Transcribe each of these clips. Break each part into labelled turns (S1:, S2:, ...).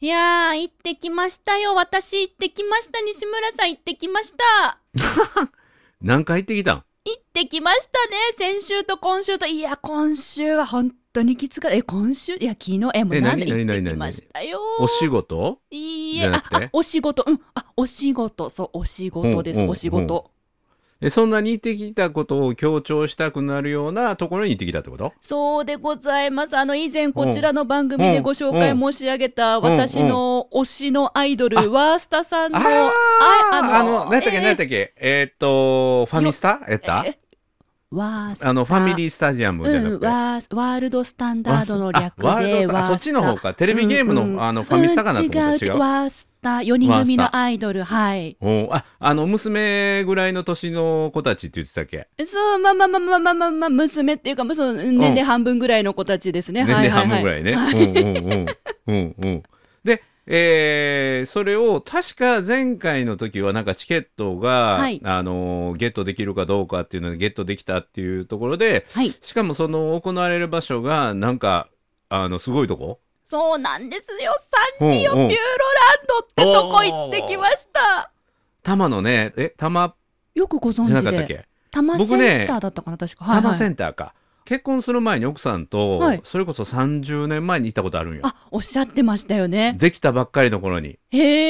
S1: いやー、行ってきましたよ。私行ってきました。西村さん行ってきました。
S2: 何回行ってきたん
S1: 行ってきましたね。先週と今週と。いや、今週は本当にきつかった。え、今週いや、昨日。え、もう
S2: え
S1: なんで
S2: 何
S1: 行ってきましたよ。
S2: お仕事
S1: いい
S2: じ
S1: え、
S2: ゃな
S1: あ
S2: く、て
S1: あお仕事。うん。あ、お仕事。そう、お仕事です。
S2: うんうん
S1: お仕事。
S2: えそんなに行ってきたことを強調したくなるようなところに行ってきたってこと
S1: そうでございます。あの、以前こちらの番組でご紹介申し上げた、
S2: うんうん
S1: 私の推しのアイドル、ワースタさんの、
S2: ー
S1: あの
S2: あの、何やった
S1: え
S2: っけ、
S1: ー
S2: 何やったっけ、えーっと、ファミスタやった
S1: えワースタ。
S2: あの、ファミリースタジアムじゃな
S1: う
S2: く
S1: ん、
S2: て。
S1: ワーワールドスタンダードの略で
S2: あワールドスタ
S1: ワー
S2: あ、
S1: スタ
S2: そっちの方か。テレビゲームの、
S1: うんうん
S2: あの、ファミスタかなと思った。
S1: うん
S2: 違
S1: 違う
S2: う。
S1: ワースタ4人組のアイドルはい
S2: おあ、あの、娘ぐらいの年の子たちって言ってたっけ
S1: そうまあまあまあまあまあまあ、まあ、娘っていうかまあその年齢半分ぐらいの子たちですね、
S2: 年
S1: はい
S2: 齢
S1: はい
S2: 半
S1: は
S2: 分
S1: い
S2: ぐらいね。うんうんうん。うんうん。で、えーそれを確か前回の時はなんかチケットが、
S1: はい
S2: あのーゲットできるかどうかっていうのでゲットできたっていうところで
S1: はい
S2: しかもその行われる場所がなんかあのすごいとこ
S1: そうなんですよサンリオ
S2: うんうん
S1: ピューロランドってとこ行ってきました
S2: 多摩のねえ多摩
S1: よくご
S2: じゃ
S1: 存
S2: な
S1: 知
S2: かったっ
S1: で
S2: け
S1: 多摩セ
S2: 僕ね
S1: ンターだったかな確か
S2: 多摩セ
S1: い、
S2: ンターか、結婚する前に奥さんと、
S1: はい
S2: それこそ30年前に行ったことあるんよ
S1: あおっしゃってましたよね
S2: できたばっかりの頃に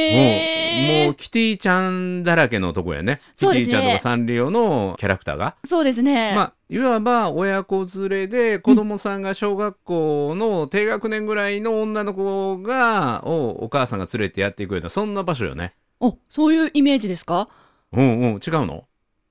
S1: へえ
S2: もうもうキティちゃんだらけのとこやね
S1: そうで
S2: キ
S1: すね
S2: ティちゃんとかサンリオのキャラクターが、
S1: そうですね、
S2: まあ、いわば親子連れで子供さんが小学校の低学年ぐらいの女の子がをお母さんが連れてやっていくようなそんな場所よね。
S1: おそういうイメージですか
S2: うんうん違うの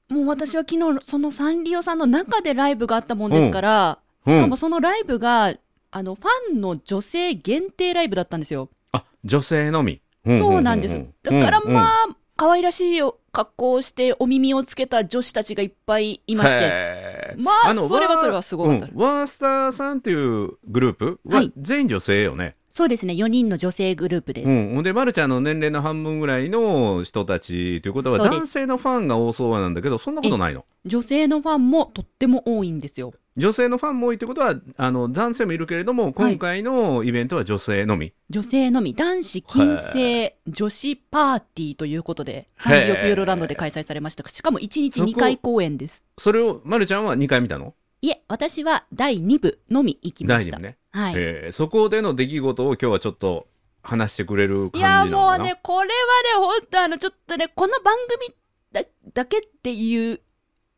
S1: もう私は昨日そのサンリオさんの中でライブがあったもんですから、
S2: うん
S1: しかもそのライブがあのファンの女性限定ライブだったんですよ、
S2: あ女性のみ。
S1: そうなんですだからま
S2: あ
S1: あ、可愛らしいよ格好をしてお耳をつけた女子たちがいっぱいい
S2: い
S1: ましてまあそれはそれはすごかった、
S2: ワースターさんっていうグループは
S1: はい
S2: 全員女性よね。
S1: そうですね4人の女性グループです、
S2: うん、ほんで、ま、るちゃんの年齢の半分ぐらいの人たちということは
S1: そうです
S2: 男性のファンが多そうなんだけどそんなことないの
S1: 女性のファンもとっても多いんですよ
S2: 女性のファンも多いってことはあの男性もいるけれども今回のイベントは女性のみ、
S1: 女性のみ男子禁制女子パーティーということでサンリオピューロランドで開催されましたしかも1日2回公演です
S2: それを、ま、るちゃんは2回見たの
S1: いえ、私は第2部のみ行きま
S2: 第
S1: し
S2: 二
S1: た。
S2: 部ね、
S1: はい。
S2: えーそこでの出来事を今日はちょっと話してくれる
S1: いや、
S2: 感じなの
S1: も
S2: か
S1: う
S2: な
S1: ね、これはね、本当あの、ちょっとね、この番組だだけっていう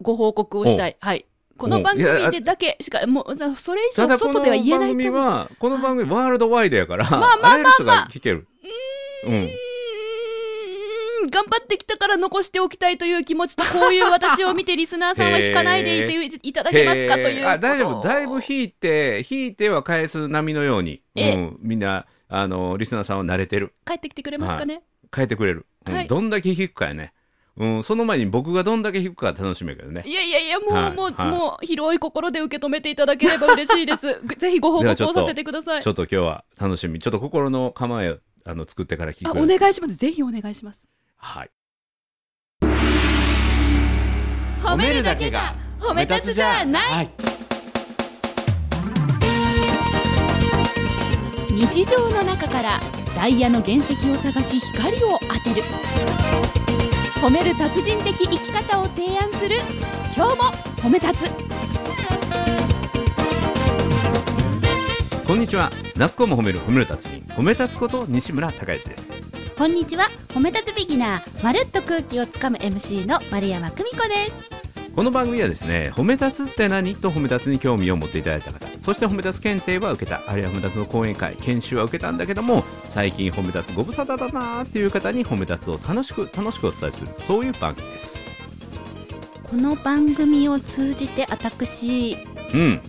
S1: ご報告をしたい。はい。この番組
S2: いやあ
S1: でだけしか、もう、さそれ以
S2: た
S1: 上
S2: だこの
S1: 外では
S2: 番
S1: 言えない
S2: 組
S1: と思う。
S2: はこの番組ワールドワイドやから、
S1: まあまあまあまあ
S2: らゆる人が聞ける、うん、
S1: うーん頑張ってきたから残しておきたいという気持ちとこういう私を見てリスナーさんは引かないでいていただけますかという
S2: へ
S1: こと
S2: ーあ大丈夫だいぶ引いて引いては返す波のように、う
S1: ええ
S2: ん、みんなあのリスナーさんは慣れてる
S1: 帰ってきてくれますかね、
S2: 変えてくれる、うん
S1: はい
S2: どんだけ引くかやね、うん、その前に僕がどんだけ引くか楽しみやけどね
S1: いやいやいや、もう、
S2: はい
S1: もう、
S2: はい
S1: もう、広い心で受け止めていただければ嬉しい です。ぜひご報
S2: では
S1: 告
S2: ちょ
S1: を
S2: っと
S1: させてください
S2: ちょ。っと今日は楽しみちょっと心の構えをあの作ってから聞
S1: あ、
S2: く
S1: お願いします。ぜひお願いします。
S2: はい
S1: い。
S2: い
S1: 日常の中からダイヤの原石を探し光を当てる。褒める達人的生き方を提案する。今日も褒め立つ。
S2: こんにちはなっこも褒める褒める達人褒め立つこと西村孝之です
S1: こんにちは。褒め立つビギナー、まるっと空気をつかむ MC の丸山久美子です。
S2: この番組はですね褒め立つって何と褒め立つに興味を持っていただいた方そして褒め立つ検定は受けたあるいは褒め立つの講演会研修は受けたんだけども最近褒め立つご無沙汰だなーっていう方に褒め立つを楽しく楽しくお伝えするそういう番組です
S1: この番組を通じて私、
S2: うん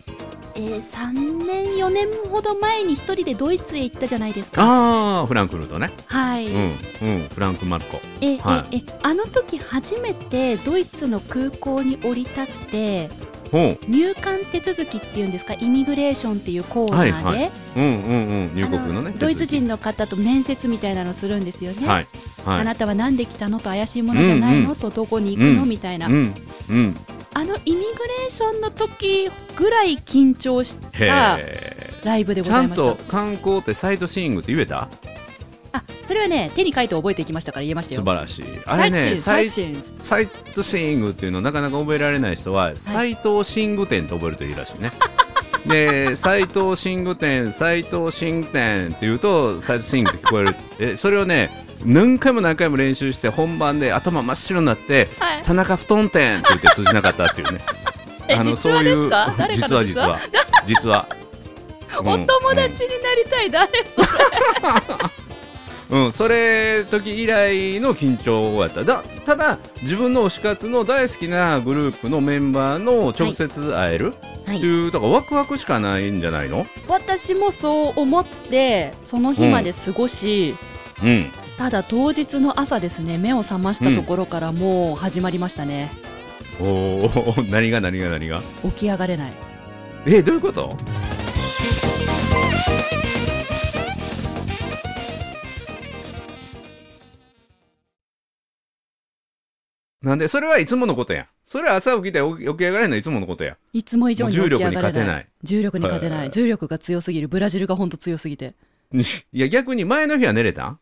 S1: えー、3年4年ほど前に一人でドイツへ行ったじゃないですか
S2: あーフランクフルトね
S1: はい、
S2: うんうんフランク・マルコ
S1: え、
S2: は
S1: ええあの時初めてドイツの空港に降り立って
S2: ほう
S1: 入管手続きっていうんですかイミグレーションっていうコーナーで、
S2: はいはいうんうんうん入国の
S1: あ
S2: ね
S1: ドイツ人の方と面接みたいなのするんですよね、
S2: はい
S1: あ
S2: はい
S1: なたは何で来たのと怪しいものじゃないの、
S2: うんうん
S1: とどこに行くの、
S2: うん
S1: みたいな、
S2: うんうん
S1: あのイミグレーションの時ぐらい緊張し
S2: へ
S1: た
S2: え
S1: ライブでご
S2: ちゃ
S1: ざい
S2: ん
S1: ました
S2: と観光ってサイトシーイングって言えた
S1: それはね手に書いて覚えていきましたから言えました
S2: 素
S1: よ
S2: 晴らしいあ
S1: サ
S2: れ
S1: イトシ
S2: ね
S1: ンサ
S2: サ
S1: イ
S2: イ
S1: トシン
S2: サイトシングっていうのをなかなか覚えられない人は、斎藤寝具店と覚えるといいらしいね で斎藤寝具店斎藤寝具店って言うと斎藤寝具って聞こえるえそれをね何回も何回も練習して本番で頭真っ白になって
S1: はい
S2: 田中布団店って言って通じなかったっていうね
S1: え実話ですか誰か
S2: 実
S1: の
S2: は
S1: 実
S2: 実
S1: 話
S2: は 実は
S1: お友達になりたい誰それ
S2: うん、それ時以来の緊張やっただただ自分の推し活の大好きなグループのメンバーの直接会える
S1: は
S2: っていうとか、ワクワクしかないんじゃないの
S1: 私もそう思ってその日まで過ごし、
S2: うん
S1: ただ当日の朝ですね目を覚ましたところからもう始まりましたね、
S2: おお 何が何が何が
S1: 起き上がれない
S2: えどういうことなんでそれはいつものことやんそれは朝起きて起き起き上がれるのはいつものことや
S1: いつも以上に起き上がれ
S2: 重力に勝てない
S1: 重力に勝てない、
S2: はい
S1: 重力が強すぎるブラジルが本当強すぎて
S2: ん いや逆に前の日は寝れたん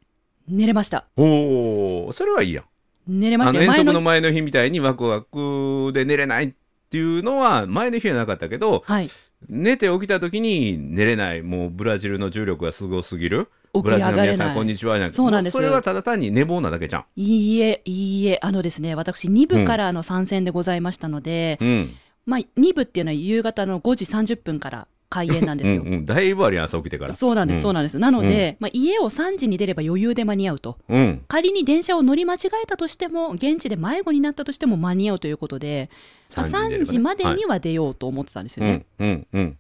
S1: 寝れました
S2: おおそれはいいやん
S1: 寝れま
S2: あ
S1: した
S2: の
S1: よ
S2: 遠足の
S1: 日
S2: 前の日みたいにワクワクで寝れないっていうのは前の日はなかったけど
S1: はい
S2: 寝て起きた時に寝れないもうブラジルの重力がすごすぎる
S1: 起き
S2: ブ
S1: 上
S2: ラジルの
S1: がれ
S2: 皆さ
S1: なん
S2: こん
S1: い
S2: にちはじゃなくて
S1: そうなんです
S2: もそれはただ単に寝坊なだけじゃん
S1: いいえいいえあのですね私2部からの参戦でございましたので、
S2: うん
S1: まあ2部っていうのは夕方の5時30分から開演なんで
S2: う
S1: す
S2: ん
S1: よ、
S2: うんだいぶあり朝起きてから
S1: そうなんです、
S2: うん
S1: そうなんです。なので、まあ、家を3時に出れば余裕で間に合うと。
S2: うん
S1: 仮に電車を乗り間違えたとしても、現地で迷子になったとしても間に合うということで、まあ
S2: に寝ればね
S1: 3時まで
S2: はい
S1: には出ようと思ってたんですよ
S2: う
S1: ね。
S2: んうんうん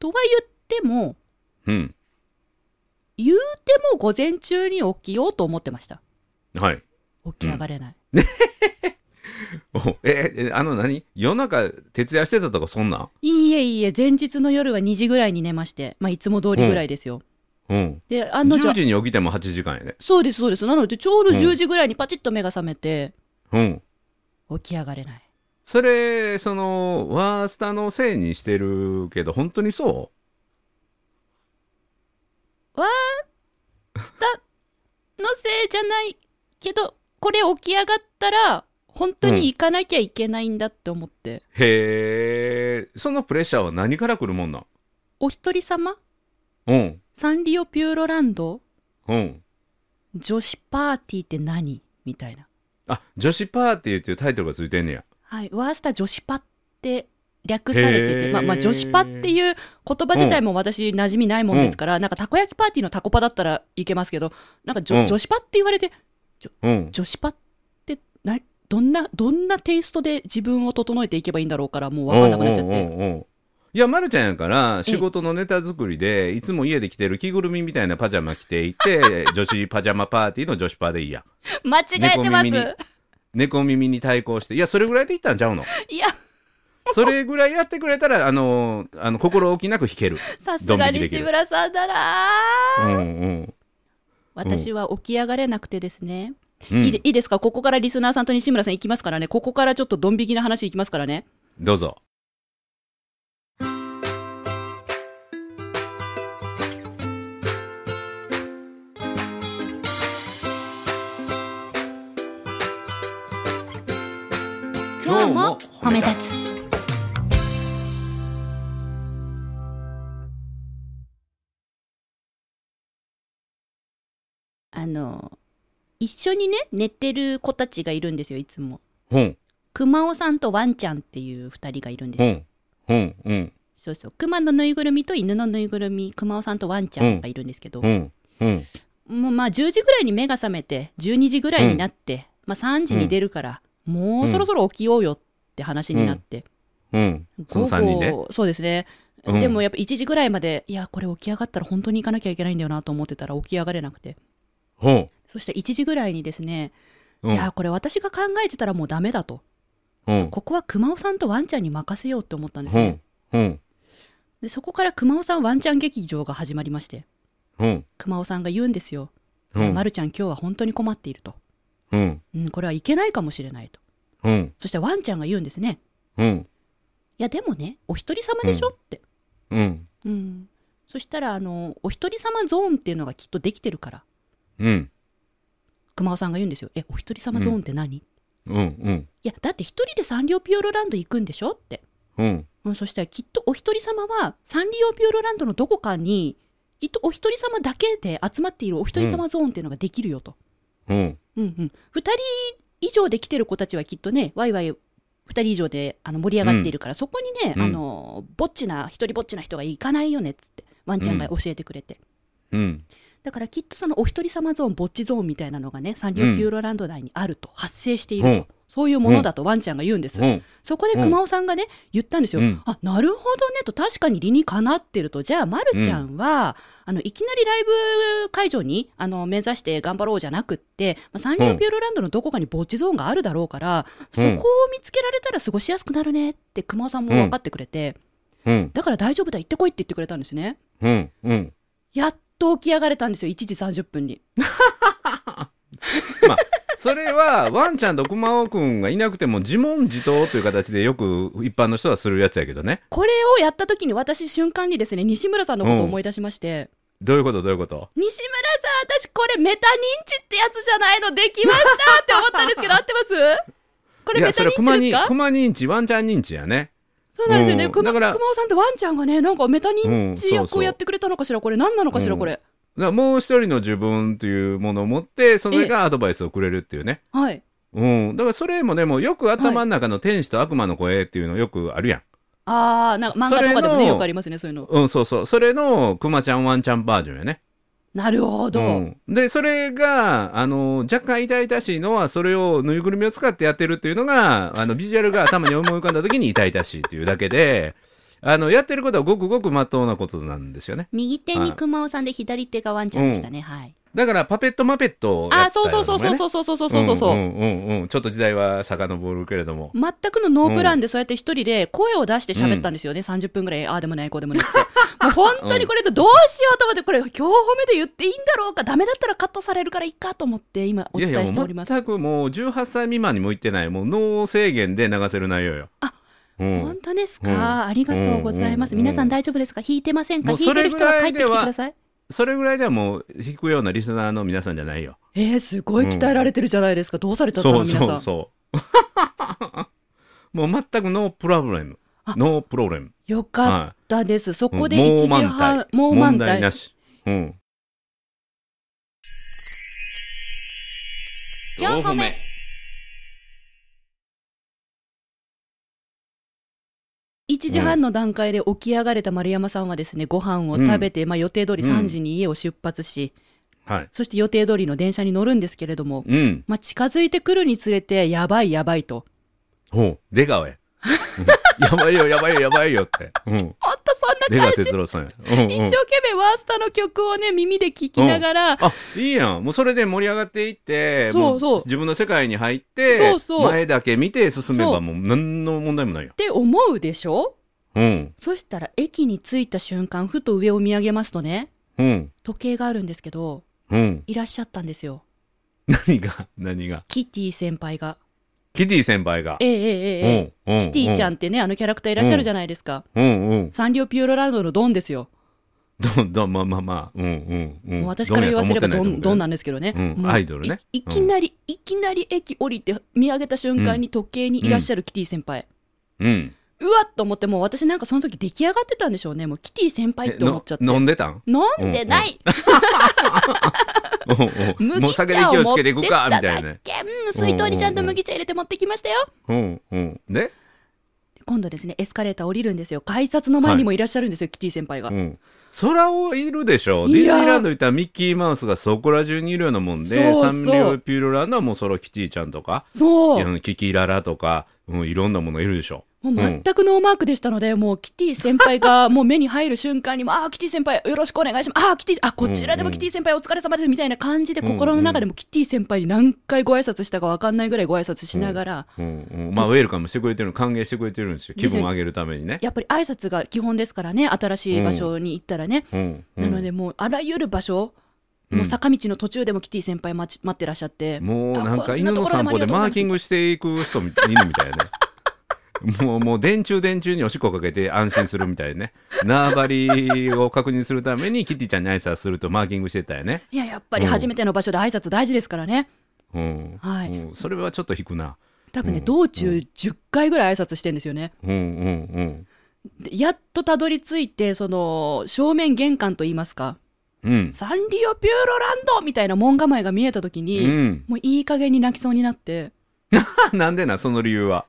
S1: とは言っても、
S2: うん
S1: 言うても午前中に起きようと思ってました。
S2: はい
S1: 起き上がれない。
S2: おええあの何夜中徹夜してたとかそんなん
S1: いいえいいえ、前日の夜は2時ぐらいに寝まして、まあ、いつも通りぐらいですよ。
S2: うん
S1: で、あの
S2: 10時に起きても8時間やで
S1: そうです、そうです。なので、ちょうど
S2: うん
S1: 10時ぐらいにパチッと目が覚めて、
S2: うん
S1: 起き上がれない。
S2: それそのワースタのせいにしてるけど本当にそ
S1: スタのせいじゃないけどこれ起き上がったら本当に行かなきゃいけないんだって思って、
S2: うへえそのプレッシャーは何から来るもんなん
S1: お一人様
S2: うん
S1: サンリオピューロランド
S2: うん
S1: 女子パーティーって何みたいな
S2: あ女子パーティーっていうタイトルがついてんねや
S1: はいワースタ女子パって略されて
S2: へ
S1: て、
S2: ー
S1: まあ、まあ女子パっていう言葉自体も私馴染みないもんですから、なんかたこ焼きパーティーのたこパだったらいけますけどなんか女,、
S2: うん
S1: 女子パって言われて
S2: うん
S1: 女子パってなどんなどんなテイストで自分を整えていけばいいんだろうからもう分かんなくなっちゃって。
S2: うんうんうんうんいや、ま、るちゃんやから仕事のネタ作りでいつも家で着てる着ぐるみみたいなパジャマ着てい て女子パジャマパーティーの女子パーでいいや
S1: 間違えてます。
S2: 猫耳に猫耳に対抗していやそれぐらいでいったんちゃうの
S1: いや、
S2: それぐらいやってくれたらあのあの心置きなく弾ける
S1: さすが
S2: ドン引き
S1: に
S2: できる
S1: 志村さんだな。
S2: うんうん
S1: 私は起き上がれなくてですね、
S2: うん
S1: いいでいいですか、ここからリスナーさんと西村さん行きますからね、ここからちょっとドン引きな話行きますからね。
S2: どうぞ今日も褒め
S1: 立つ。あの一緒にね寝てる子たちがいるんですよいつも
S2: うん
S1: 熊尾さんとワンちゃんっていう二人がいるんです
S2: う
S1: よ
S2: んうんうん
S1: そうそう熊のぬいぐるみと犬のぬいぐるみ熊尾さんとワンちゃんがいるんですけど、
S2: うんうん
S1: もうまあ10時ぐらいに目が覚めて12時ぐらいになって、まあ、3時に出るから、もうそろそろ起きようよって話になって、
S2: うんその三人で
S1: そうですね、
S2: うん
S1: でもやっぱ1時ぐらいまでいやこれ起き上がったら本当に行かなきゃいけないんだよなと思ってたら起き上がれなくて
S2: うん
S1: そして1時ぐらいにですね、
S2: うん
S1: いやこれ私が考えてたらもうダメだと
S2: うん
S1: ここは熊尾さんとワンちゃんに任せようって思ったんです
S2: う
S1: ね
S2: ん、うん
S1: でそこから熊尾さんワンちゃん劇場が始まりまして
S2: うん
S1: 熊尾さんが言うんですよ、
S2: う
S1: え
S2: ん
S1: まるちゃん今日は本当に困っていると、
S2: うん
S1: うん、これはいけないかもしれないと
S2: うん
S1: そしてワンちゃんが言うんですね
S2: うん
S1: いやでもねお一人様でしょって、
S2: うん
S1: うんそしたらあのお一人様ゾーンっていうのがきっとできてるから
S2: うん
S1: 熊尾さんが言うんですよ「えお一人様ゾーンって何い
S2: うんうん
S1: やだって一人でサンリオピューロランド行くんでしょって、
S2: うん
S1: うん、そしたらきっとお一人様はサンリオピューロランドのどこかにきっとお一人様だけで集まっているお一人様ゾーンっていうのができるよと、
S2: うん
S1: うんうん、2人以上で来てる子たちはきっとねワイワイ2人以上であの盛り上がっているから、そこにね、
S2: うん
S1: あのぼっちな一人ぼっちな人が行かないよねっつってワンちゃんが教えてくれて、
S2: うん
S1: だからきっとそのお一人様ゾーンぼっちゾーンみたいなのがねサンリオピューロランド内にあると、発生していると、
S2: うん
S1: そういうものだとワンちゃんが言うんです、
S2: うん
S1: そこで熊尾さんがね言ったんですよ、
S2: うん
S1: あなるほどねと確かに理にかなってるとじゃあまるちゃんは、あのいきなりライブ会場にあの目指して頑張ろうじゃなくって、まあ、サンリオピューロランドのどこかに墓地ゾーンがあるだろうから、
S2: うん
S1: そこを見つけられたら過ごしやすくなるねって熊尾さんも分かってくれて、
S2: うん
S1: だから大丈夫だ行ってこいって言ってくれたんですね
S2: うんうん
S1: やっと起き上がれたんですよ1時30分に
S2: まあそれはワンちゃんとクマオくんがいなくても自問自答という形でよく一般の人はするやつやけどね
S1: これをやった時に私瞬間にですね西村さんのことを思い出しまして、
S2: どういうことどういうこと
S1: 西村さん私これメタ認知ってやつじゃないのできましたって思ったんですけど合ってますこれ
S2: い
S1: メ
S2: や
S1: タ
S2: そ
S1: 認
S2: れクマ
S1: 知です
S2: に
S1: か
S2: クマ認知ワンちゃん認知やね
S1: そうなんですよね、
S2: うん
S1: くま
S2: だから
S1: 熊尾さんとワンちゃんがねなんかメタ認
S2: う
S1: 知
S2: んそう
S1: 役
S2: そ
S1: を
S2: う
S1: やってくれたのかしらこれ何なのかしら
S2: うん
S1: これ、
S2: だからもう一人の自分というものを持ってそれがアドバイスをくれるっていうね
S1: はい
S2: うん、だからそれもねもうよく頭の中の天使と悪魔の声っていうのよくあるやん、
S1: あーなんか漫画とかでも
S2: それ
S1: ね
S2: の
S1: よくありますねそういうの
S2: うん、そうそうそれのクマちゃんワンちゃんバージョンやね
S1: なるほど、
S2: ん、でそれがあの若干痛々しいのはそれをぬいぐるみを使ってやってるっていうのがあのビジュアルが頭に思い浮かんだ時に痛々しいっていうだけで あのやってることはごくごくまっとうなことなんですよね
S1: 右手に熊尾さんで左手がワンちゃんでしたね、はい
S2: だからパペットマペットをや
S1: あー
S2: ったよ
S1: そう
S2: なもん
S1: そ
S2: や
S1: うそうそう
S2: ね
S1: そうそうそうそうそうそう、
S2: んうんうんうんちょっと時代は遡るけれども
S1: 全くのノープランでそうやって一人で声を出して喋ったんですよね、30分ぐらいああでもないこうでもないって もう本当にこれどうしようと思ってこれ今日褒めで言っていいんだろうかダメだったらカットされるからいいかと思って今お伝えしております
S2: いやいやもう全くもう18歳未満にも言ってないもう脳制限で流せる内容よ
S1: あ
S2: うん
S1: 本当ですか、
S2: うん
S1: ありがとうございます、
S2: うんうん
S1: 皆さん大丈夫ですか弾いてませんか
S2: もう
S1: 弾いてる人は帰ってきて
S2: それぐ
S1: く
S2: らいでは
S1: ださい
S2: それぐらいではもう弾くようなリスナーの皆さんじゃないよ
S1: えー、すごい鍛えられてるじゃないですか、どうされちゃったの
S2: そう
S1: 皆さん
S2: そうそう もう全くノープロブレム
S1: あ
S2: ノープロブレム
S1: よかっ
S2: は
S1: たです、そ
S2: い
S1: こで
S2: うん
S1: 1時
S2: もう
S1: 半
S2: 満体
S1: もう満
S2: 問
S1: 体
S2: 題なしうん
S3: 4個目
S1: 1時半の段階で起き上がれた丸山さんはですねご飯を食べて、まあ、予定通り3時に家を出発し、
S2: はい
S1: そして予定通りの電車に乗るんですけれども、
S2: うん
S1: まあ、近づいてくるにつれてやばいやばいと
S2: ほう出川やうんやばいよやばいよやばいよって、うん、
S1: ほんとそん
S2: 出
S1: な
S2: 川
S1: 感じ
S2: 哲朗さんや、うん
S1: 一
S2: うん
S1: 生懸命ワースタの曲をね耳で聴きながら、
S2: あいいやんもうそれで盛り上がっていって
S1: そうそう
S2: も自分の世界に入って
S1: そうそう
S2: 前だけ見て進め
S1: そう
S2: ばもう何の問題もないよ
S1: っ。て思うでしょ
S2: うん
S1: そしたら駅に着いた瞬間ふと上を見上げますとね
S2: うん
S1: 時計があるんですけど
S2: うん、
S1: いらっしゃったんですよ
S2: 何が何が
S1: キティ先輩が
S2: キティ先輩が、
S1: ええええええ
S2: うんうん
S1: キティちゃんってねあのキャラクターいらっしゃるじゃないですか、
S2: うんうん
S1: サンリオピューロランドのドンですよ、
S2: どんどんまあまあまあうんうんうん
S1: もう私から言わせればドンドンなんんですけどね、
S2: うん
S1: もう
S2: アイドルね
S1: いいきなり、いきなり駅降りて見上げた瞬間に時計にいらっしゃるキティ先輩、
S2: うん
S1: うわっと思ってもう私なんかその時出来上がってたんでしょうねもうキティ先輩って思っちゃって
S2: えの飲
S1: 飲
S2: んでたん
S1: んでない、
S2: うんうんも
S1: 麦
S2: う酒で
S1: 茶を
S2: 勢い
S1: 持
S2: つ
S1: っ
S2: けて
S1: て
S2: い
S1: っ
S2: くか
S1: た
S2: み
S1: だ
S2: たいなね
S1: け、うん、水筒にちゃんと麦茶入れて持ってきましたよ、
S2: うんうんで
S1: 今度ですねエスカレーター降りるんですよ改札の前にもいらっしゃるんですよ、キティ先輩が、
S2: うん、空をいるでしょディズ
S1: い
S2: ニ
S1: やー
S2: ーランド行ったらミッキーマウスがそこら中にいるようなもんで
S1: そうそう
S2: サンリオピューロランドはもうソロキティちゃんとか
S1: そう
S2: いろんなキキララとか、うん、いろんなものいるでしょ
S1: もう全くノーマークでしたので、もうキティ先輩 がもう目に入る瞬間にも、ああ、キティ先輩、よろしくお願いします、ああ、キティ、あこちらでもキティ先輩、お疲れ様ですみたいな感じで、
S2: うんうん
S1: 心の中でもキティ先輩に何回ご挨拶したか分かんないぐらいご挨拶しながら、
S2: うんうん、まあウェルカムしてくれてる歓迎してくれてるんですよ気
S1: ですよ
S2: 分を上げるためにね、
S1: やっぱり挨拶が基本ですからね、新しい場所に行ったらね、
S2: うんうん、
S1: なので、もうあらゆる場所、
S2: うん
S1: もう坂道の途中でもキティ先輩待ち待ってらっしゃって、
S2: もうなん
S1: あこ
S2: か
S1: んな
S2: 犬
S1: と
S2: の
S1: ころで
S2: 散
S1: もあ
S2: 歩
S1: りがとうございます
S2: でマーキングしていく人み犬みたいなねもうもう電柱電柱におしっこかけて安心するみたいね縄張りを確認するためにキティちゃんに挨拶するとマーキングしてたよね、
S1: いや、やっぱり初めての場所で挨拶大事ですからね。
S2: うん
S1: はい
S2: うんそれはちょっと引くな
S1: 多分ね、
S2: うん
S1: 道中10回ぐらい挨拶してんですよね。
S2: うんうん
S1: でやっとたどり着いて、その、正面玄関といいますか、
S2: うんうん
S1: サンリオピューロランドみたいな門構えが見えたとき
S2: う
S1: に、
S2: ん
S1: もういい加減に泣きそうになって、
S2: なんでなその理由は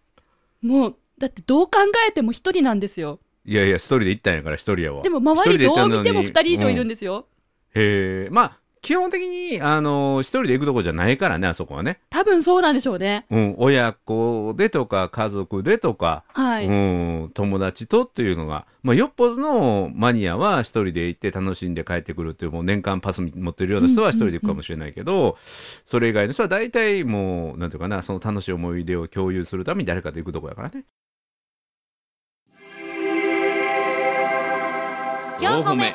S1: もう、だってどう考えても一人なんですよ。
S2: いやいや一人で行ったんやから一人やわ
S1: でも周りどう見ても二人以上いるん
S2: で、
S1: ですよ。
S2: へえまあ基本的にあの一人で行くとこじゃないからねあそこはね
S1: 多分そうなんでしょうね。
S2: うん、親子でとか家族でとか、
S1: はい。
S2: うん、友達とっていうのが、まあ、よっぽどのマニアは一人で行って楽しんで帰ってくるっていうもう年間パス持ってるような人は一人で行くかもしれないけど、それ以外の人は大体もうなんていうかなその楽しい思い出を共有するために誰かと行くとこやからね。
S3: 四歩目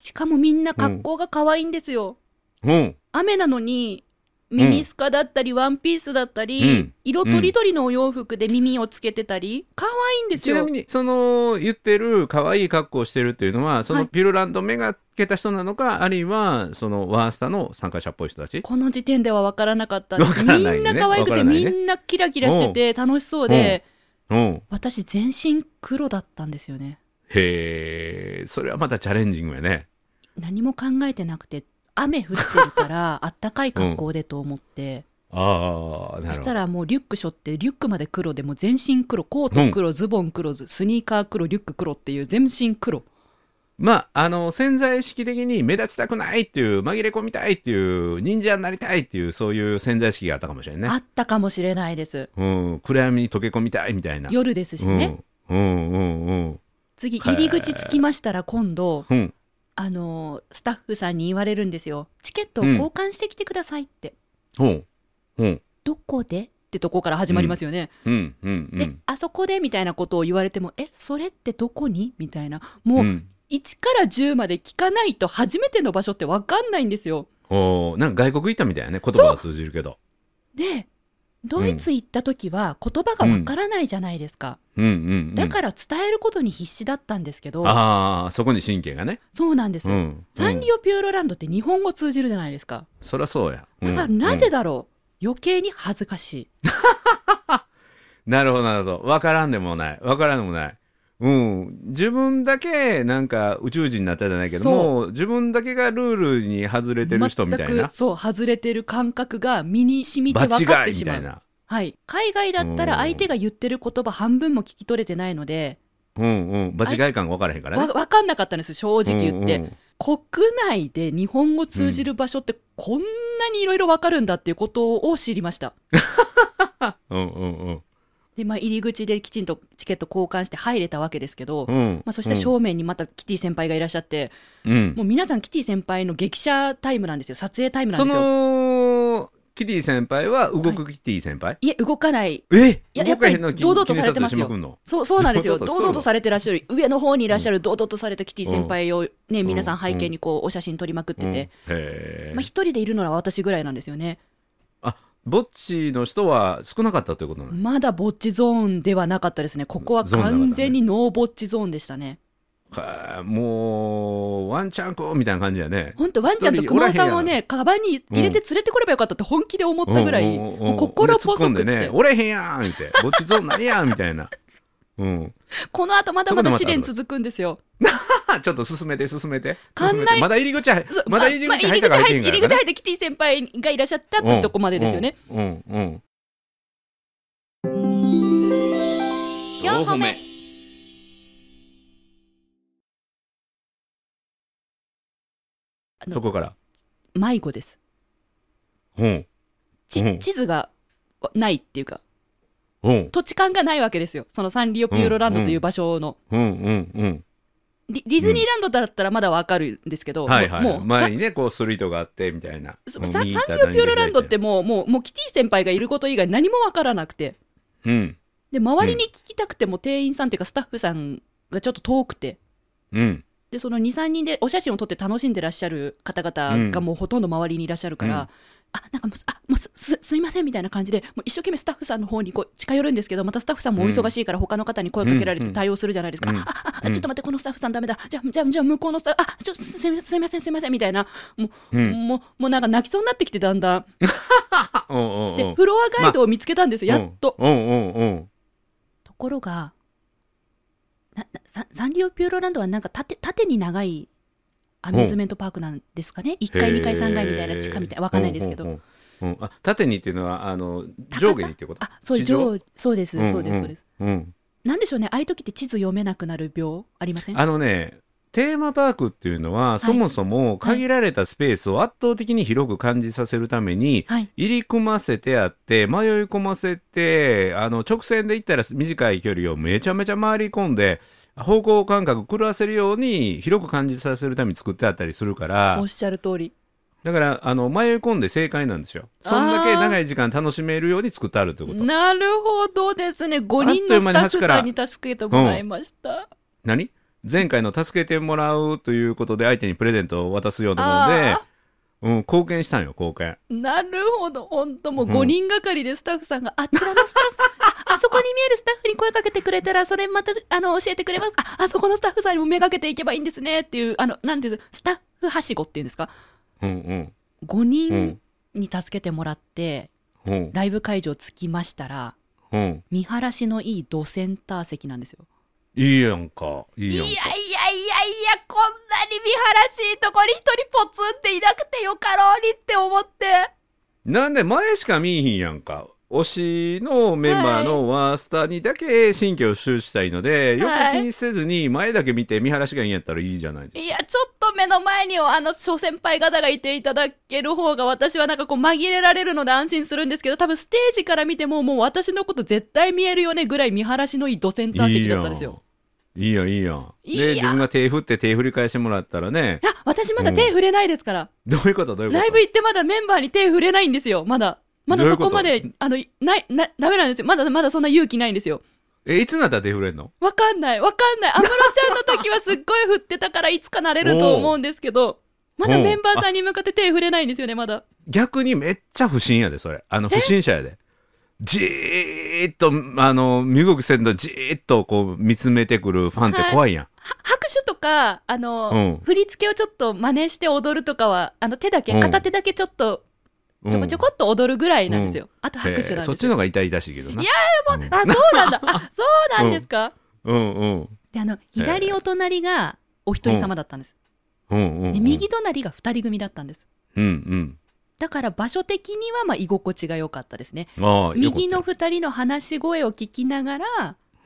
S1: しかもみんな格好が可愛いんですよ。
S2: うん、
S1: 雨なのに、ミニスカだったり、ワンピースだったり、
S2: うん
S1: 色とりどりのお洋服で耳をつけてたり、可愛いんです
S2: ちな
S1: よ
S2: み。にその言ってる可愛い格好をしてるっていうのはそ
S1: は
S2: の
S1: い
S2: ピューロランド目がけた人なのか、あるいはそのワースタの参加者っぽい人たち
S1: この時点では分からなかったんです
S2: 分からないね
S1: みんな可愛く
S2: 分か
S1: て、
S2: らないね
S1: みんなキラキラしてて楽しそうで、
S2: うん
S1: 私全身黒だったんですよね。
S2: へえそれはまたチャレンジングやね
S1: 何も考えてなくて、雨降ってる から、あったかい格好でと思って、
S2: ああな
S1: そ
S2: る
S1: し
S2: ほ
S1: た
S2: ど
S1: らもうリュック背負って、リュックまで黒で、もう全身黒、コート黒、ズボン黒、スニーカー黒、リュック黒っていう全身黒。
S2: まああの潜在意識的に目立ちたくないっていう紛れ込みたいっていう忍者になりたいっていうそういう潜在意識があったかもしれない
S1: あ
S2: ね、
S1: ったかもしれないです。
S2: うん、暗闇に溶け込みたいみたいな
S1: 夜ですしね。
S2: うん、うんうんうん
S1: 次、
S2: はい
S1: 入り口着きましたら今度、
S2: うん
S1: あのースタッフさんに言われるんですよ。チケットを交換してきてくださいって。
S2: うんうん
S1: どこでってとこから始まりますよね。
S2: うんうんう
S1: で、
S2: ん
S1: あそこでみたいなことを言われても、え、それってどこにみたいな。もう、
S2: ん
S1: 1から10まで聞かないと初めての場所ってわかんないんですよ。
S2: おーなんか外国行ったみたいやね言葉は通じるけど
S1: で、ドイツ行った時は言葉がわからないじゃないですか。
S2: うんうん、うん、
S1: だから伝えることに必死だったんですけど、
S2: ああそこに神経がね、
S1: そうなんです
S2: う
S1: よ。
S2: ん、
S1: サン
S2: オ、
S1: リオピューロランドって日本語通じるじゃないですか。
S2: うん、そりゃそうや
S1: だからなぜだろう、余計に恥ずかしい。
S2: なるほどなるほど分からんでもない分からんでもないうん自分だけなんか宇宙人になったじゃないけども自分だけがルールに外れてる人みたい
S1: 全
S2: な
S1: くそう、外れてる感覚が身に染みて
S2: 場
S1: 分かっ
S2: 違
S1: て
S2: いみ
S1: したま。
S2: いうな
S1: はい。海外だった
S2: う
S1: ら
S2: ん
S1: 相手が言ってる言葉半分も聞き取れてないので、
S2: うんうん場違い感が分からへんから
S1: わ
S2: ね
S1: 分かんなかったんです、正直言って。
S2: うんうん
S1: 国内で日本語通じる場所ってこんなにいろいろ分かるんだっていうことを知りました。
S2: うんうん
S1: で、まあ、入り口できちんとチケット交換して入れたわけですけど、
S2: うんうん
S1: まあ、そして正面にまたキティ先輩がいらっしゃって、
S2: うん
S1: もう皆さんキティ先輩の激写タイムなんですよ撮影タイムなん
S2: そ
S1: ですよ
S2: のキティ先輩は動くキティ先輩
S1: いえ動かない
S2: え
S1: や
S2: 動かへんの
S1: やっぱり堂々とされてますよ
S2: 記念撮影しまくんの
S1: そうそうなんですよ
S2: 堂
S1: 堂
S2: 々と
S1: 々とされてらっしゃる上の方にいらっしゃる堂々とされたキティ先輩をね
S2: ん
S1: 皆さん背景にこうお写真撮りまくって
S2: うん
S1: て
S2: へ、え
S1: まあ、一人でいるのは私ぐらいなんですよね
S2: ぼっちの人は少なかったということなの
S1: まだぼっちゾーンではなかったですねここは
S2: ゾーンなかったね
S1: 完全にノーぼっちゾーンでしたね
S2: はあもうワンチャンコみたいな感じやね
S1: 本当ワンちゃんと熊尾さんをねカバンに入れて連れてこればよかったって本気で思ったぐらい、
S2: うんうんうん
S1: もう心
S2: で突っ込
S1: 細
S2: ん
S1: く
S2: で
S1: って、
S2: ね「折れへんやん!」言って「ぼっちゾーン何やん!」みたいな。うん、
S1: この後まだまだ試練続くんですよ
S2: あちょっと進めて進めて
S1: 館
S2: 進めて
S1: 内
S2: まだ入り口は
S1: そう
S2: まだ入り口入ったか
S1: ま
S2: ら
S1: あ
S2: 入ってへ
S1: 入
S2: ん
S1: り
S2: か
S1: 口
S2: ら
S1: 入ってキティ先輩がいらっしゃったっ
S2: うん
S1: てとこまでですよね。
S2: うんうんうん
S3: 四歩目
S1: あの
S2: そこから
S1: 迷子です。
S2: うん
S1: ち
S2: うん
S1: 地図がないっていうか、
S2: うん
S1: 土地勘がないわけですよ。そのサンリオピューロランドという場所の。
S2: うんうんうん
S1: ディディズニーランドだったらまだわかるんですけど、
S2: はいはい
S1: もう、
S2: 前にねこうストリートがあってみたいな
S1: さ
S2: うん
S1: サン
S2: 右
S1: サ
S2: 行
S1: ン
S2: った
S1: リオピューロランドっ
S2: 左行
S1: てもうもうもうキティ先輩がいること以外何もわからなくて
S2: たうん
S1: で周りに聞きたくても店員さんっていうかスタッフさんがちょっと遠くて
S2: うん
S1: でその23人でお写真を撮って楽しんでらっしゃる方々がもうほとんど周りにいらっしゃるから、あなんかもうあもうすすすいませんみたいな感じでもう一生懸命スタッフさんの方にこう近寄るんですけどまたスタッフさんもお忙しいから他の方に声かけられ
S2: うんう
S1: て
S2: ん
S1: 対応するじゃないですか、
S2: うん
S1: あああちょっと待ってこのスタッフさんダメだじゃあじゃあじゃあ向こうのスタッフあちょすすいませんすいませんすいませんみたいなもう,、
S2: うん
S1: もうもうなんか泣きそうになってきてだんだん
S2: あおうおうお
S1: で
S2: う
S1: フロアガイドを見つけたんですよ、やっと、
S2: おうおうおう
S1: ところがななサンサンリオピューロランドはなんか縦縦に長いアミューズメントパークなんですかね1階2階3階みたいな地下みたいなわかんないですけど
S2: おうおうおううんあ縦にっていうのはあの
S1: 高さ
S2: 上下にっていうこと
S1: あそう
S2: 地上
S1: 上そうですそうですそうです、
S2: うん
S1: なんでしょうねああいう時って地図読めなくなる病ありません
S2: あのねテーマパークっていうのはそもそも限られたスペースを圧倒的に広く感じさせるために
S1: はい
S2: 入り組ませてあって迷い込ませてあの直線で行ったら短い距離をめちゃめちゃ回り込んで方向感覚狂わせるように広く感じさせるために作ってあったりするから
S1: おっしゃる通り
S2: だからあの迷い込んで正解なんですよそんだけ長い時間楽しめるように作ってあるってこと
S1: なるほどですね5人
S2: 人の
S1: の
S2: ス
S1: ス
S2: タ
S1: タ
S2: ッ
S1: ッフさ
S2: フさん
S1: ん
S2: に
S1: に助けて
S2: も
S1: も
S2: ら
S1: ら
S2: い
S1: いました、
S2: 何前回の助けてもらうということで相手にプレゼントを渡すようなもので
S1: あ、
S2: うん、貢献したんよ貢献
S1: あなるほど本当もう
S2: うん
S1: 5人がかりでスタッフさんが、あちらのスタ ッフああそこに見えるスタッフに声かけてくれたらそれまたあの教えてくれますああそこのスタッフさんにも目がけていけばいいんですねっていうあのなんていうんですスタッフはしごっていうんですか
S2: うん
S1: 5
S2: うんう
S1: 人
S2: ん
S1: に助けてもらって、
S2: うん
S1: ライブ会場着きましたら
S2: うん
S1: 見晴らしのいいドセンター席なんですよ。
S2: いいやんかいい
S1: い
S2: や
S1: やい
S2: ん
S1: やい
S2: か
S1: やいやこんなに見晴らしいとこに一人ポツンっていなくてよかろうにって思って
S2: なんで前しか見えひんやんか推しのメンバーのワースターにだけ神経を集したいので、
S1: はい
S2: よく気にせずに前だけ見て見晴らしがいいんやったらいいじゃないですか
S1: いやちょっと目の前にあの諸先輩方がいていただける方が私はなんかこう紛れられるので安心するんですけど多分ステージから見てももう私のこと絶対見えるよねぐらい見晴らしのいいドセンター
S2: い
S1: 席
S2: いや
S1: だったんですよ
S2: ん。いいやんいいやん
S1: いいや
S2: で
S1: ん
S2: 自分が手振って手振り返してもらったらね
S1: いや私まだ手触れないですから、
S2: どういうことどういうこと
S1: ライブ行ってまだメンバーに手触れないんですよまだま
S2: ど
S1: だ
S2: ういう
S1: そ
S2: こと
S1: こまであのいないなダメなんですよまだまだそんな勇気ないんですよ
S2: えいつになったら手振れんの
S1: わかんないわかんない安室ちゃんの時はすっごい振ってたからいつかなれると思うんですけどまだメンバーさんに向かって手触れないんですよねまだ
S2: 逆にめっちゃ不審やでそれあの不審者やでじーっとあの身動きせんとじーっとこう見つめてくるファンって怖いやん、
S1: は拍手とかあの、
S2: うん
S1: 振り付けをちょっと真似して踊るとかはあの手だけ、
S2: うん
S1: 片手だけちょっと
S2: うん
S1: ちょこちょこっと踊るぐらいなんですよ、あと拍手
S2: えー
S1: なん
S2: そっ
S1: です
S2: ち
S1: よ、
S2: の方が痛々しいけどない
S1: やあそう なんだあそうなんですか、
S2: うんうん
S1: であの左お隣がお一人様だったんです、
S2: うんうんうん
S1: で右隣が2人組だったんです
S2: うん
S1: だから場所的にはまあ居心地が良かったですね
S2: うんああ
S1: 右
S2: よ
S1: の
S2: かっ
S1: 2人の話し声を聞きながら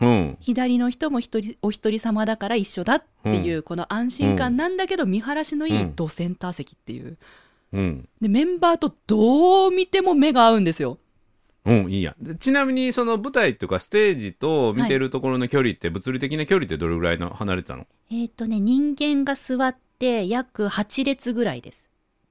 S2: たうん
S1: 左の人も一人お一人様だから一緒だっていう、この安心感なんだけど見晴らしのいいドセンター席っていう
S2: うん
S1: でメンバーとどう見ても目が合うんですよ
S2: うんいいやんでちなみにその舞台とかステージと見てるところの距離って、物理的な距離ってどれぐらいの離れてたの
S1: えっ、とね人間が座って約8列ぐらいです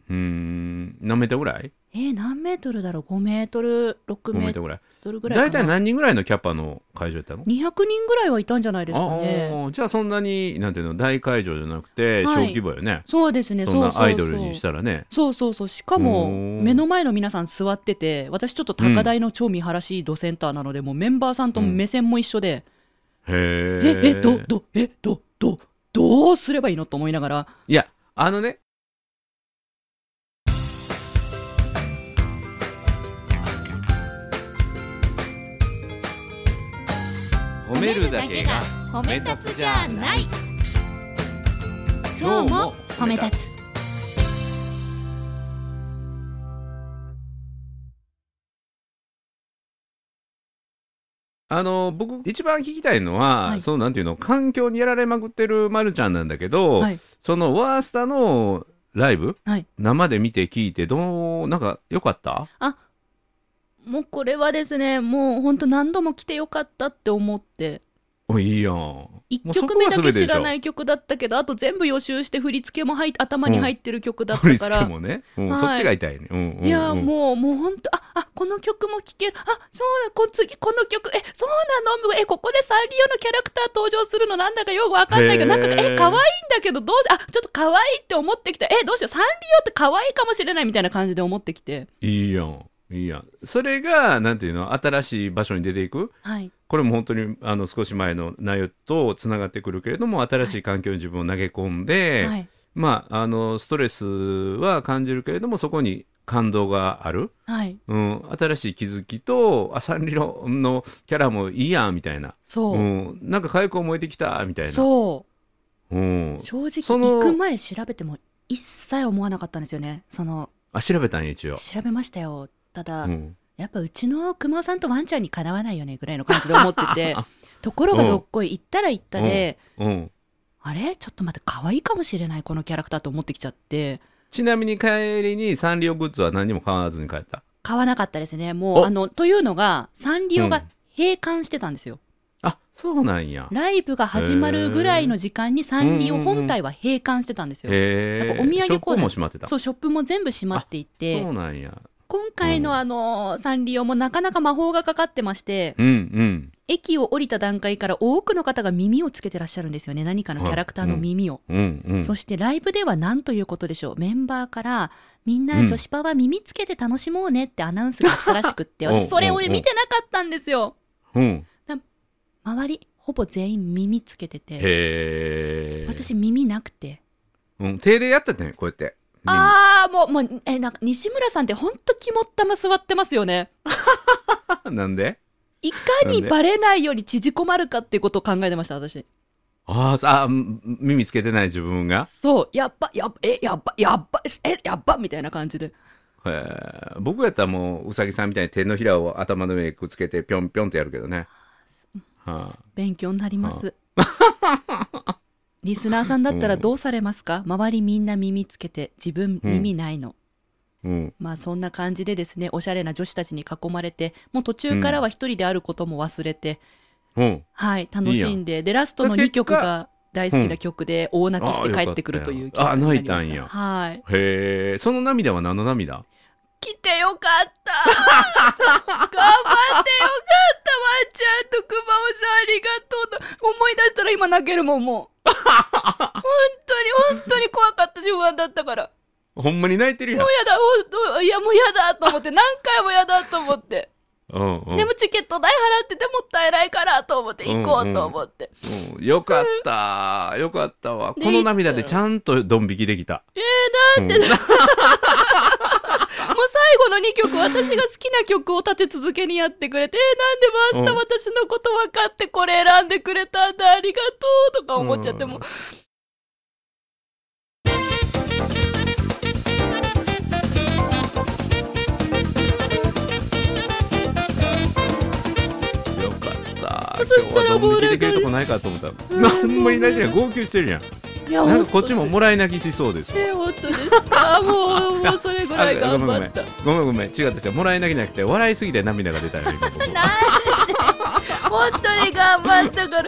S2: うーん何メートルぐらい
S1: えー、何メートルだろう5メートル6
S2: 5
S1: メ
S2: メー
S1: ー
S2: トルぐらい
S1: トルぐらいか
S2: 大
S1: な
S2: 体何人ぐらいのキャパの会場やったの
S1: 200人ぐらいはいたんじゃないですかね。
S2: ああじゃあそんなになんていうの大会場じゃなくて
S1: は
S2: 小
S1: い
S2: 規模よね、
S1: そうですね、
S2: そん
S1: そうそう
S2: な
S1: そう。
S2: アイドルにしたらね
S1: そうそうそう。しか
S2: う
S1: も、
S2: ーん
S1: 目の前の皆さん座ってて、私ちょっと高台の超見晴らしいドセンターなので、もうメンバーさんと目線も一緒で、
S2: へ
S1: え、え、ど、
S2: え
S1: ど、え、ど、ど、どうすればいいのと思いながら、
S2: いやあのね褒めるだけが
S3: 褒
S2: め立つじゃない
S3: 今日も褒め立
S2: つ
S3: つ
S2: あの僕一番聞きたいのは、
S1: はい
S2: そのなんていうの環境にやられまくってるまるちゃんなんだけど、
S1: はい
S2: そのワースタのライブ、
S1: はい
S2: 生で見て聞いてどうなんか良かった
S1: もうこれはですね、もう本当何度も来てよかったって思って、
S2: おいいやん
S1: 1曲目だけ知らないい曲だったけどあと全部予習して振り付けも入っ頭に入ってる曲だっ
S2: 振り
S1: たか
S2: 付
S1: ら、
S2: けもね、うん
S1: はい
S2: そっちが痛いね、うんうんうん
S1: いやもうもうほんとああこの曲も聴けるあそうだこ次この曲えそうなのえここでサンリオのキャラクター登場するのなんだかよくわかんないけど
S2: へ
S1: なん
S2: ー
S1: かねえ可愛いんだけどどうしあちょっと可愛いって思ってきたえどうしようサンリオって可愛いかもしれないみたいな感じで思ってきて
S2: いいやんいいやんそれがなんていうの新しい場所に出ていく
S1: はい
S2: これも本当にあの少し前の内容とつながってくるけれども新しい環境に自分を投げ込んで、
S1: はい
S2: まああのストレスは感じるけれどもそこに感動がある、
S1: はい
S2: うん、新しい気づきとあサンリオのキャラもいいやんみたいな、
S1: そうう、
S2: ん、なんか痒く思えてきたみたいな
S1: そう
S2: うん、
S1: 正直
S2: その
S1: 行く前調べても一切思わなかったんですよねその
S2: あ調べたんや一応、
S1: 調べましたよただ、
S2: うん、
S1: やっぱうちの熊さんとワンちゃんにかなわないよねぐらいの感じで思って てところがどっこい行ったら行ったで、
S2: うん、
S1: あれちょっと待って可愛いかもしれないこのキャラクターと思ってきちゃって
S2: ちなみに帰りにサンリオグッズは何にも買わずに帰った
S1: 買わなかったですねも
S2: お
S1: うあのというのがサンリオ
S2: う
S1: が
S2: ん
S1: 閉館してたんですよ、
S2: あそうなんや
S1: ライブが始まるぐらいの時間にサンリオ本体は閉館してたんですよ、
S2: へ
S1: なん
S2: え
S1: かお土産
S2: ショッ
S1: コー
S2: プ
S1: ナー
S2: も閉まってた
S1: そうショップも全部閉まっていて
S2: そうなんや
S1: 今回
S2: うん
S1: のあの、サンリオもなかなか魔法がかかってまして、
S2: うんうん
S1: 駅を降りた段階から多くの方が耳をつけてらっしゃるんですよね。何かのキャラクターの耳を。
S2: うんうん
S1: そしてライブでは何ということでしょう。メンバーから、みん
S2: う
S1: なん女子パは耳つけて楽しもうねってアナウンスがあったらしくって、
S2: おうおうお
S1: 私
S2: う
S1: それを見てなかったんですよ。
S2: うん
S1: 周り、ほぼ全員耳つけてて、
S2: へえ
S1: 私耳なくて。
S2: うん、手でやってたねこうやって
S1: ああ、もう、もう、え、なんか西村さんってほんと肝っ玉座ってますよね。
S2: あなんで
S1: いか
S2: なん
S1: に
S2: で
S1: バレないように縮こまるかっていうことを考えてました、私。
S2: あーさあうん耳つけてない自分が
S1: そう、やっば、やっば、え、やっば、やっば、え、やっば、みたいな感じで。
S2: へー僕やったらもううさぎさんみたいに手のひらを頭の上にくっつけてぴょんぴょんってやるけどねはあ
S1: 勉強になります。リスナーさんだったらどうされますか周りみんな耳つけて、自分耳ないの。
S2: うん
S1: まあそんな感じでですね、おしゃれな女子たちに囲まれて、もう途中からは一人であることも忘れて、
S2: うん
S1: はい、楽しんで、で、ラストの2曲が大好きな曲で、大泣きして帰ってくるという
S2: あよかったよ
S1: になりま
S2: あ
S1: し
S2: 泣いたんや
S1: はい。
S2: へえその涙は何の涙
S1: 来てよかった 頑張ってよかったワンちゃんとクマオさんありがとうと思い出したら今泣けるもんも う本当に本当に怖かった不安だったから
S2: ほんまに泣いてるや
S1: も
S2: ん
S1: うやだほんといやもうやだと思って何回もやだと思って
S2: うんうん
S1: でもチケット代払っててもったいないからと思って行こうと思って、
S2: うんよかったよかったわ
S1: で
S2: この涙でちゃんとドン引きできたえ
S1: なんでもう最後の2曲私が好きな曲を立て続けにやってくれてえーなんでマスター私のこと分かってこれ選んでくれたんだありがとうとか思っちゃってもう
S2: よかった
S1: そしたら
S2: 今日はドン
S1: もう
S2: 引き
S1: な
S2: で
S1: んか
S2: きるとこないかと思ったら
S1: うん
S2: ほんまに泣いてるやん号泣してるやん
S1: いや
S2: なんかこっちももらい泣きしそうです
S1: え本当ですかも うもうそれぐらい
S2: あ
S1: 頑
S2: ごめん
S1: 張った
S2: ごめんごめん違った違うもらい泣きじゃなくて笑いすぎて涙が出たよ今僕
S1: 本当に頑張ったからもう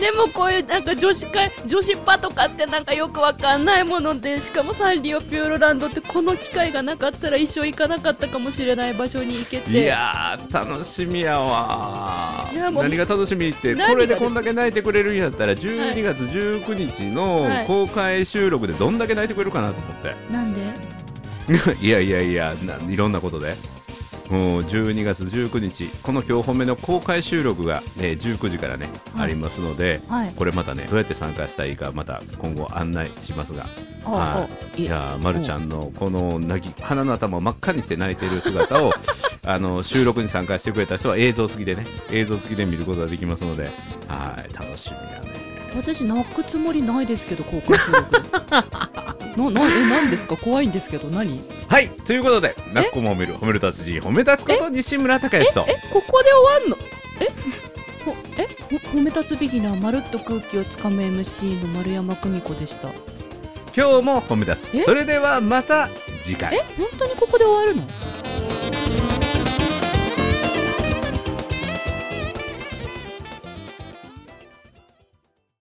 S1: ででもこういうなんか女子会女子パとかってなんかよくわかんないものでしかもサンリオピューロランドってこの機会がなかったら一生行かなかったかもしれない場所に行けて
S2: いやー楽しみやわ
S1: いやもう
S2: 何が楽しみって
S1: 何が
S2: これでこんだけ泣いてくれるんやったら12月19日の
S1: はい
S2: 公開収録でどんだけ泣いてくれるかなと思って、
S1: なんで
S2: いやいやいやないろんなことで。もう12月19日この「今日褒め」の公開収録が、えー19時からね、
S1: はい
S2: ありますので
S1: はい
S2: これまたねどうやって参加したらいいかまた今後案内しますが
S1: おう
S2: は
S1: おう
S2: いやーまるちゃんのこの泣き鼻の頭を真っ赤にして泣いてる姿を あの収録に参加してくれた人は映像付きでね映像付きで見ることができますのではい楽しみやね
S1: 私泣くつもりないですけど公開収 録ななえなんですか怖いんですけど何
S2: はいということで「泣く子も褒める褒める達人褒め立つこと西村孝之と
S1: えここで終わんのえ ほえほ褒め立つビギナーまるっと空気をつかむ MC の丸山久美子でした
S2: 今日も褒め出す
S1: え
S2: それではまた次回
S1: え本当にここで終わるの